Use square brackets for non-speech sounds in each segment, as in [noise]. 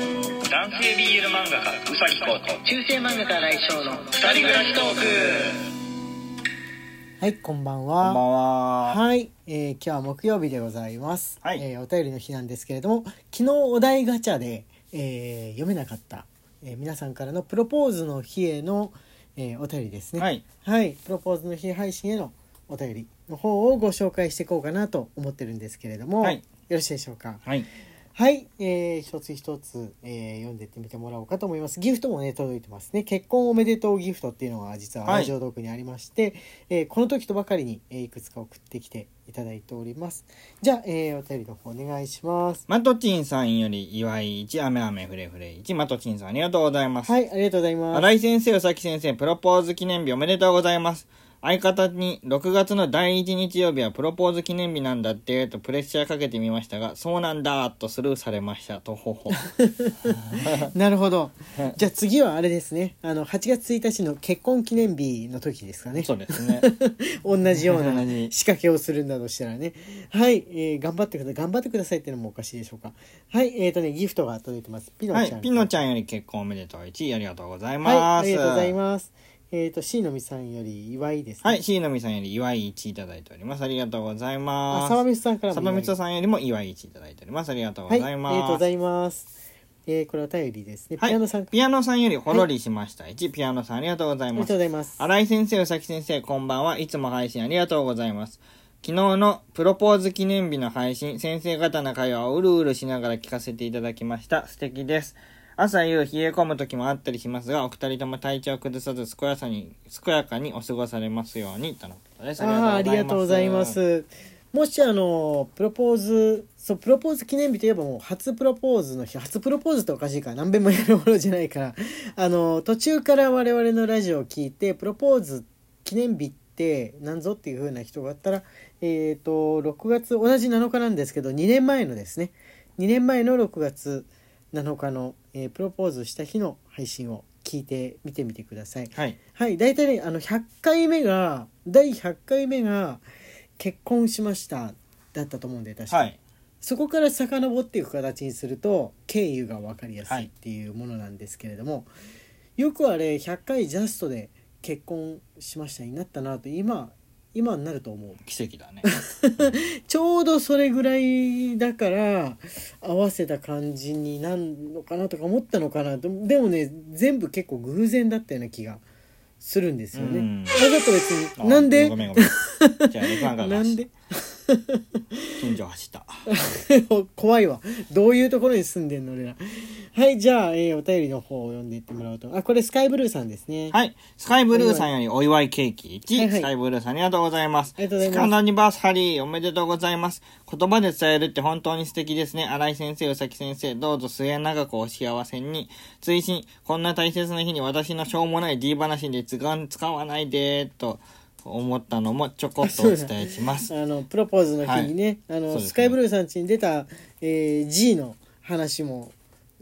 男性 BL 漫画家うさぎこと中世漫画家来翔の二人暮らしトークはいこんばんこんばはんは。はい、えー今日は木曜日でございます、はいえーお便りの日なんですけれども昨日お題ガチャで、えー読めなかった、えー皆さんからのプロポーズの日への、えーお便りですねはい、はいプロポーズの日配信へのお便りの方をご紹介していこうかなと思ってるんですけれども、はいよろしいでしょうかはい。はい、えー一つ一つ、えー読んでいってみてもらおうかと思います。ギフトもね、届いてますね。結婚おめでとうギフトっていうのが実ははいラジオドークにありまして、えーこの時とばかりに、えーいくつか送ってきていただいております。じゃあ、えーお便りの方お願いします。マトチンさんより祝い1、雨雨ふれふれ1、マトチンさんありがとうございます。はい、ありがとうございます。新井先生、宇崎先生、プロポーズ記念日おめでとうございます。相方に6月の第1日曜日はプロポーズ記念日なんだってとプレッシャーかけてみましたが、そうなんだとスルーされました。とほほ。なるほど。じゃあ次はあれですね。あの、8月1日の結婚記念日の時ですかね。そうですね。同じような [laughs] 同じ仕掛けをするんだとしたらね。はい、えー頑張ってください。頑張ってくださいってのもおかしいでしょうか。はい、えっ、とね、ギフトが届いてます。 [laughs] ピノちゃはん。い。ピノちゃんより結婚おめでとう1、ありがとうございはまい、あす。りがとうございます。えっ、と、C のみさんより祝いです、ね。はい。。椎のみさんより祝い1いただいております。ありがとうございあ、ます。沢光さんからもサ祝バい。ミツさんよりも祝い1いただいております。ありがとうはごい、ざあいりまがす。とうございます。えーこれお便りですね。はいピアノさん、ピアノさんよりほろりしました。1、ピアノさんありがとうございありがまとうごす。ざいます。新井先生、宇崎先生、こんばんは。いつも配信ありがとうございます。昨日のプロポーズ記念日の配信、先生方の会話をうるうるしながら聞かせていただきました。素敵です。朝夕冷え込む時もあったりしますが、お二人とも体調を崩さず健やさに、健やかにお過ごされますように、とのことです。あーありがとうございま。す。もしあのプロポーズそうプロポーズ記念日といえばもう初プロポーズの日初プロポーズっておかしいから何べんもやるものじゃないから [laughs] あの途中から我々のラジオを聞いてプロポーズ記念日って何ぞっていう風な人があったらえっ、と6月同じ7日なんですけど2年前のですね2年前の6月7日の、えープロポーズした日の配信を聞いてみてみてください。はい。はい、大体ね、あの100回目が第100回目が結婚しましただったと思うんで確か、はい。そこから遡っていく形にすると経由が分かりやすいっていうものなんですけれども、よくあれ100回ジャストで結婚しましたになったなと今今になると思う奇跡だね。ちょうどそれぐらいだから合わせた感じになんのかなとか思ったのかなとでもね全部結構偶然だったような気がするんですようねん。あれだと別あに [laughs] なんでごめんごめん。じゃあ、いかん [laughs] かなんで近所走った。 [laughs] 怖いわどういうところに住んでんの俺らはいじゃあ、えーお便りの方を読んでいってもらおうとあこれスカイブルーさんですねはい。スカイブルーさんよりお祝いケーキ1。はいはいスカイブルーさんありがとうございます。ありがとうございますスカナニバーサリーおめでとうございます。言葉で伝えるって本当に素敵ですね。新井先生、宇崎先生、どうぞ末永くお幸せに。追伸、こんな大切な日に私のしょうもない D 話で図鑑使わないで、と思ったのもちょこっとお伝えし [laughs] ます。あのプロポーズの日にね,、あそうのですねスカイブルーさん家に出た、えー G の話も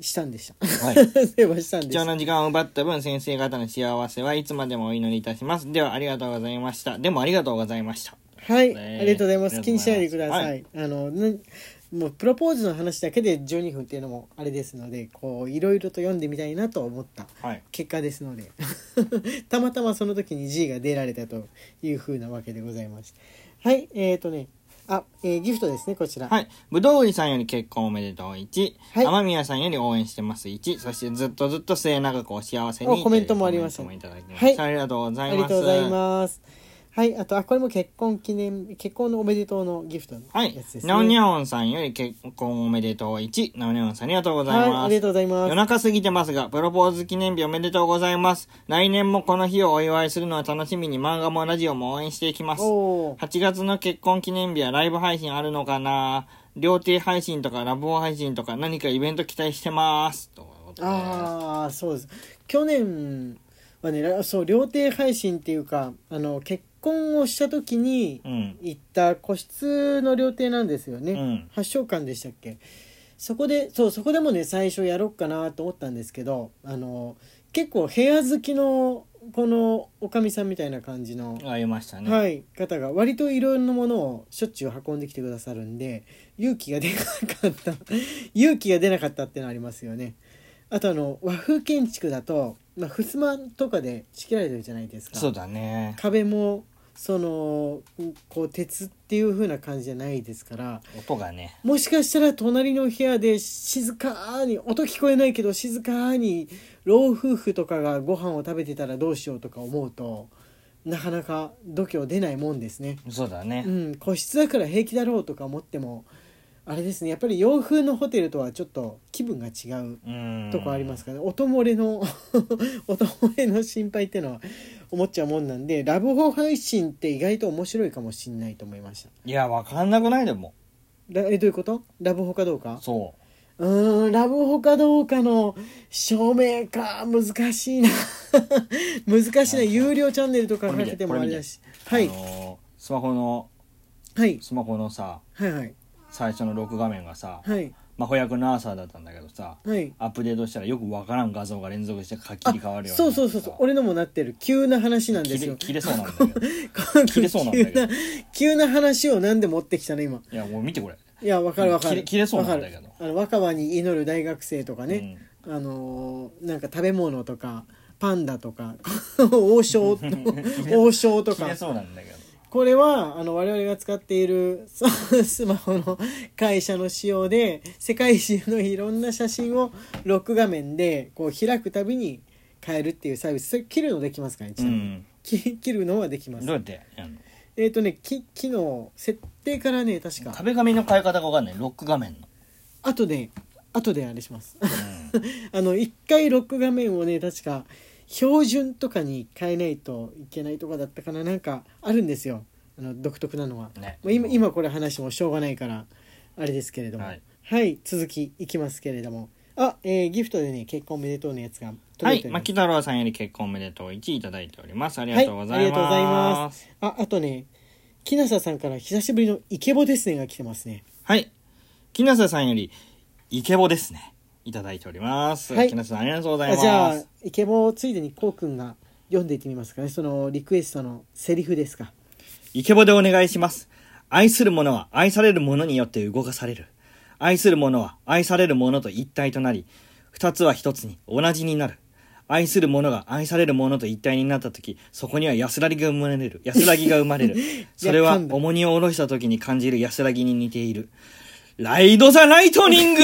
したんでした [laughs] はい。そういえばしたんで貴した重な時間を奪った分、先生方の幸せはいつまでもお祈りいたします。では、ありがとうございました。でも、ありがとうございました。はい、ねありがとうございます。ありがとうございます気にしないでください。はあの、ねもうプロポーズの話だけで12分っていうのもあれですので、こういろいろと読んでみたいなと思ったはい。結果ですので、 [laughs] たまたまその時に G が出られたというふうなわけでございました。はい、えっ、ー、とね、あ、えーギフトですねこちら。はい。ぶどう売りさんより結婚おめでとう1。はい天宮さんより応援してます1。そして、ずっとずっと末永くお幸せおに。コメントもありましたというコメントもいただきました。はありがとうござありいがます。とうございます。はい、あとあこれも結婚記念結婚のおめでとうのギフトのはやいつで。すね。ナオニャオンさんより結婚おめでとう1。ナオニャオンさんありがとうございます。はい、ありがとうございます夜。中過ぎてますが、プロポーズ記念日おめでとうございます。来年もこの日をお祝いするのを楽しみに漫画もラジオも応援していきます。おお。 8月の結婚記念日はライブ配信あるのかな料亭配信とかラブホ配信とか何かイベント期待してます。ということでああそうです去年はねらそう料亭配信っていうかあの結婚をした時にうん。行った個室の料亭なんですよね、うん発祥館でしたっけそこでそうそこでもね最初やろうかなと思ったんですけどあの結構部屋好きのこのおかみさんみたいな感じのありましたね。はい、方が割といろんなものをしょっちゅう運んできてくださ [laughs] るんで勇気が出なかった勇気が出なかったってのありますよねあとあの和風建築だと、まあ、襖とかで仕切られてるじゃないですかそうだね壁もそのこう鉄っていう風な感じじゃないですから音がねもしかしたら隣の部屋で静かに音聞こえないけど静かに老夫婦とかがご飯を食べてたらどうしようとか思うとなかなか度胸出ないもんですね。そうだね、うん、個室だから平気だろうとか思ってもあれですねやっぱり洋風のホテルとはちょっと気分が違ううん、とこありますからね音漏れの [laughs] 音漏れの心配ってのは思っちゃうもんなんでラブホ配信って意外と面白いかもしんないと思いましたいやわかんなくないでもらえどういうことラブホかどうかそうーんラブホかどうかの証明か難しいな [laughs] 難しいな有料チャンネルとかかけてもこあれれ見てだしはいあのースマホのはいスマホのさはいはい最初のロック画面がさ、はいまあ、翻訳のアーサーだったんだけどさはいアップデートしたらよくわからん画像が連続して書き切り変わるよあねそうそうそうそう俺のもなってる急な話なんです切よれ切れそうなんだけどい切れそうなんだ [laughs] 急けどな急な話を何で持ってきたの今やもう見てこ [laughs] れいやわかるわか切るれ切れそうなんだけどわかるあの若葉に祈る大学生とかね、あのーなんか食べ物とかパンダとか [laughs] 王将 [laughs] と王将と切かれそうなんだけどこれはあの我々が使っている [laughs] そスマホの会社の仕様で世界中のいろんな写真をロック画面でこう開くたびに変えるっていうサービスそれ切るのできますかねちうなみにんき切るのはできますどうやってやんのえっ、とねき機能設定からね確か壁紙の変え方がわかんないロック画面の、あとであとであれしますうん [laughs] あの一回ロック画面をね確か標準とかに変えないといけないとかだったかななんかあるんですよあの独特なのは、ねまあ、今今これ話してもしょうがないからあれですけれどもははいい、続きいきますけれどもあ、えーギフトでね結婚おめでとうのやつがは届いいております、牧太郎さんより結婚おめでとう1位いただいておりますありがとうございます、はいありがとうございますああとね木下さんから久しぶりのイケボですねが来てますねはい。木下さんより、イケボですね。いただいております。はい木下さん、ありがとうございあます。じゃあイケボをついでにこうくんが読んでいってみますかねそのリクエストのセリフですかイケボでお願いします。愛する者は愛される者によって動かされる。愛する者は愛される者と一体となり、二つは一つに同じになる。愛する者が愛される者と一体になった時、そこには安らぎが生まれる。安らぎが生ま [laughs] れる。それは噛んだ重荷を下ろした時に感じる安らぎに似ている。ライドザライト [laughs] ニング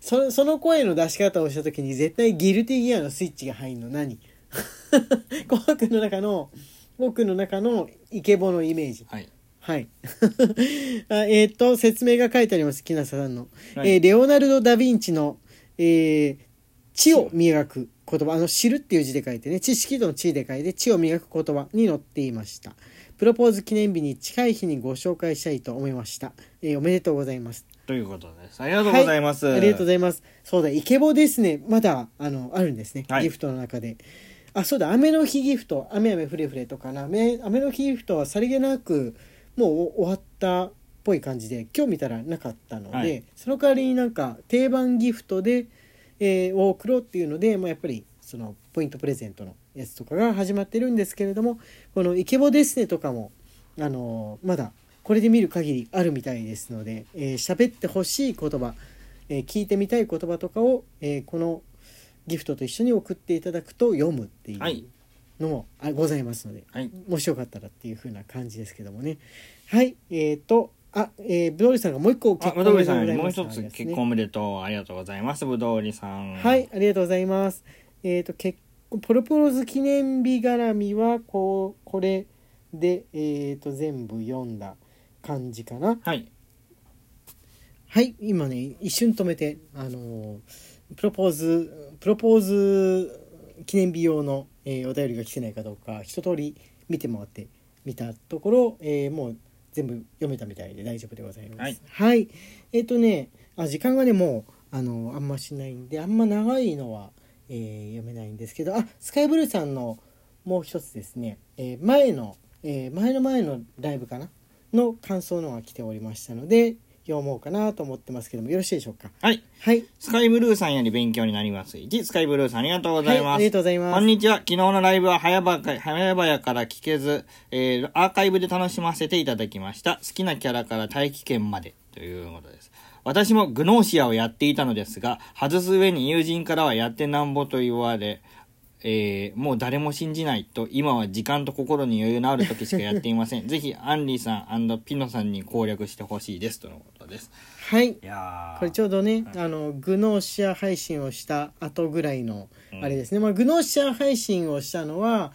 そその声の出し方をした時に絶対ギルティギアのスイッチが入るの何 [laughs] コウくんの中のコウくんの中のイケボのイメージはい。はい。 [laughs] あえっ、と、説明が書いてあります、木下さんの。はいえーレオナルド・ダ・ヴィンチの、えー知を磨く言葉、あの、知るっていう字で書いてね、知識との知で書いて、知を磨く言葉に載っていました。プロポーズ記念日に近い日にご紹介したいと思いました。えーおめでとうございます。ということです。ありがとうございます。はありがとうございます。そうだ、イケボですね。まだ、あの、あるんですね。はいギフトの中で。あ、そうだ、雨の日ギフト、雨雨ふれふれとかな。雨雨の日ギフトはさりげなく、もうお終わったっぽい感じで、今日見たらなかったので、はいその代わりになんか、定番ギフトで、えーを送ろうっていうので、まあ、やっぱり、その、ポイントプレゼントのやつとかが始まってるんですけれども、このイケボですねとかも、あのーまだ、これで見る限りあるみたいですので、えー喋ってほしい言葉、えー聞いてみたい言葉とかを、えーこのギフトと一緒に送っていただくと読むっていはうい。のもあございますので、はい。もしよかったらっていう風な感じですけどもねはいえっ、とあえー、ぶどうりさんがもう一個あ、ぶおどうめりでとさんうよござりいもうます一つ結婚おめでとう。ありがとうございます、ぶどうりさん。はい。、ありがとうございます。えっ、と、結婚、プロポーズ記念日絡みは、こう、これで、えっ、と、全部読んだ感じかな。はい。はい、今ね、一瞬止めて、あのープロポーズ、プロポーズ記念日用の、えーお便りが来てないかどうか、一通り見て回ってみたところ、えーもう全部読めたみたいで大丈夫でございます。はい。えっ、とね、あ、時間がね、もう、あのーあんましないんで、あんま長いのは、えー読めないんですけど、あ、スカイブルーさんのもう一つですね、えー前の、えー前の前のライブかなの感想のが来ておりましたので、読もうかなと思ってますけども、よろしいでしょうか。はい。はい。スカイブルーさんより勉強になります。1、スカイブルーさんありがとうございはいまあす。りがとうございますこんにちは。昨日のライブは早々か早々から聞けず、えーアーカイブで楽しませていただきました。好きなキャラから大気圏までということです。私もグノーシアをやっていたのですが、外す上に友人からはやってなんぼと言われ、えーもう誰も信じないと、今は時間と心に余裕のある時しかやっていません。ぜひ、アンリーさんピノさんに攻略してほしいです。とのことです。はいいやーこれちょうどね、あのグノーシア配信をした後ぐらいのうんあれですね、まあ、グノーシア配信をしたのは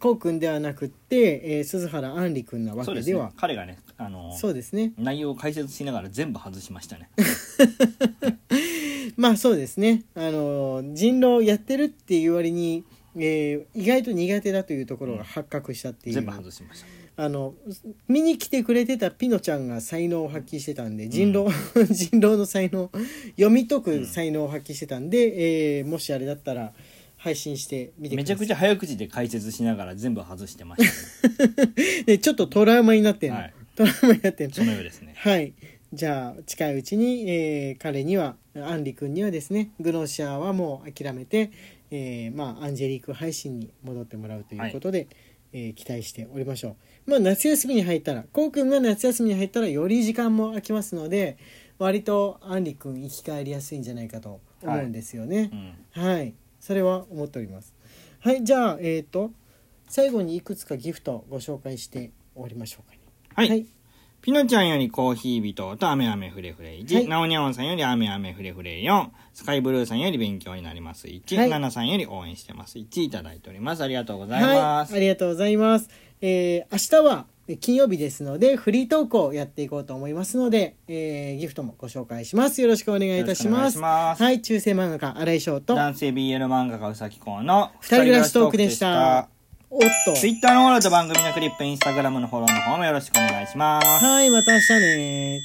こうくんではなくって、えー鈴原杏里くんなわそうけですではね。彼がね、あのーそうですね内容を解説しながら全部外しましたね。まあそうですねあの人狼やってるっていう割に、えー意外と苦手だというところが発覚したっていう、全部外しました。あの見に来てくれてたピノちゃんが才能を発揮してたんで人狼、 [laughs] 人狼の才能読み解く才能を発揮してたんで、えーもしあれだったら配信してみてくださいめちゃくちゃ早口で解説しながら全部外してま [laughs] した、ね。でちょっとトラウマになってんの、はいトラウマになってんそののようですね。はいじゃあ近いうちに、えー彼にはアンリ君にはですねグノーシアはもう諦めて、えーまあ、アンジェリーク配信に戻ってもらうということで、えー期待しておりましょう、まあ、夏休みに入ったらこうくんが夏休みに入ったらより時間も空きますので割とアンリ君生き返りやすいんじゃないかと思うんですよね、うん。はい、それは思っております。はい、じゃあ、えっ、と、最後にいくつかギフトをご紹介して終わりましょうかね。はい。ピノちゃんよりコーヒー人と雨雨ふれふれは1、いナオニャオンさんより雨雨ふれふれ4、スカイブルーさんより勉強になります1、はいナナさんより応援してます1いただいております。ありがとうございまはい、す。ありがとうございます。えー明日はえー金曜日ですので、フリートークをやっていこうと思いますので、えーギフトもご紹介します。よろしくお願いいたします。よろしくお願いしますはい、中世漫画家荒井翔と、男性 BL 漫画家うさきこうの二人暮らしトークでした。おっと。 Twitter のフォローと番組のクリップ、Instagram のフォローの方もよろしくお願いします。はい、また明日ね。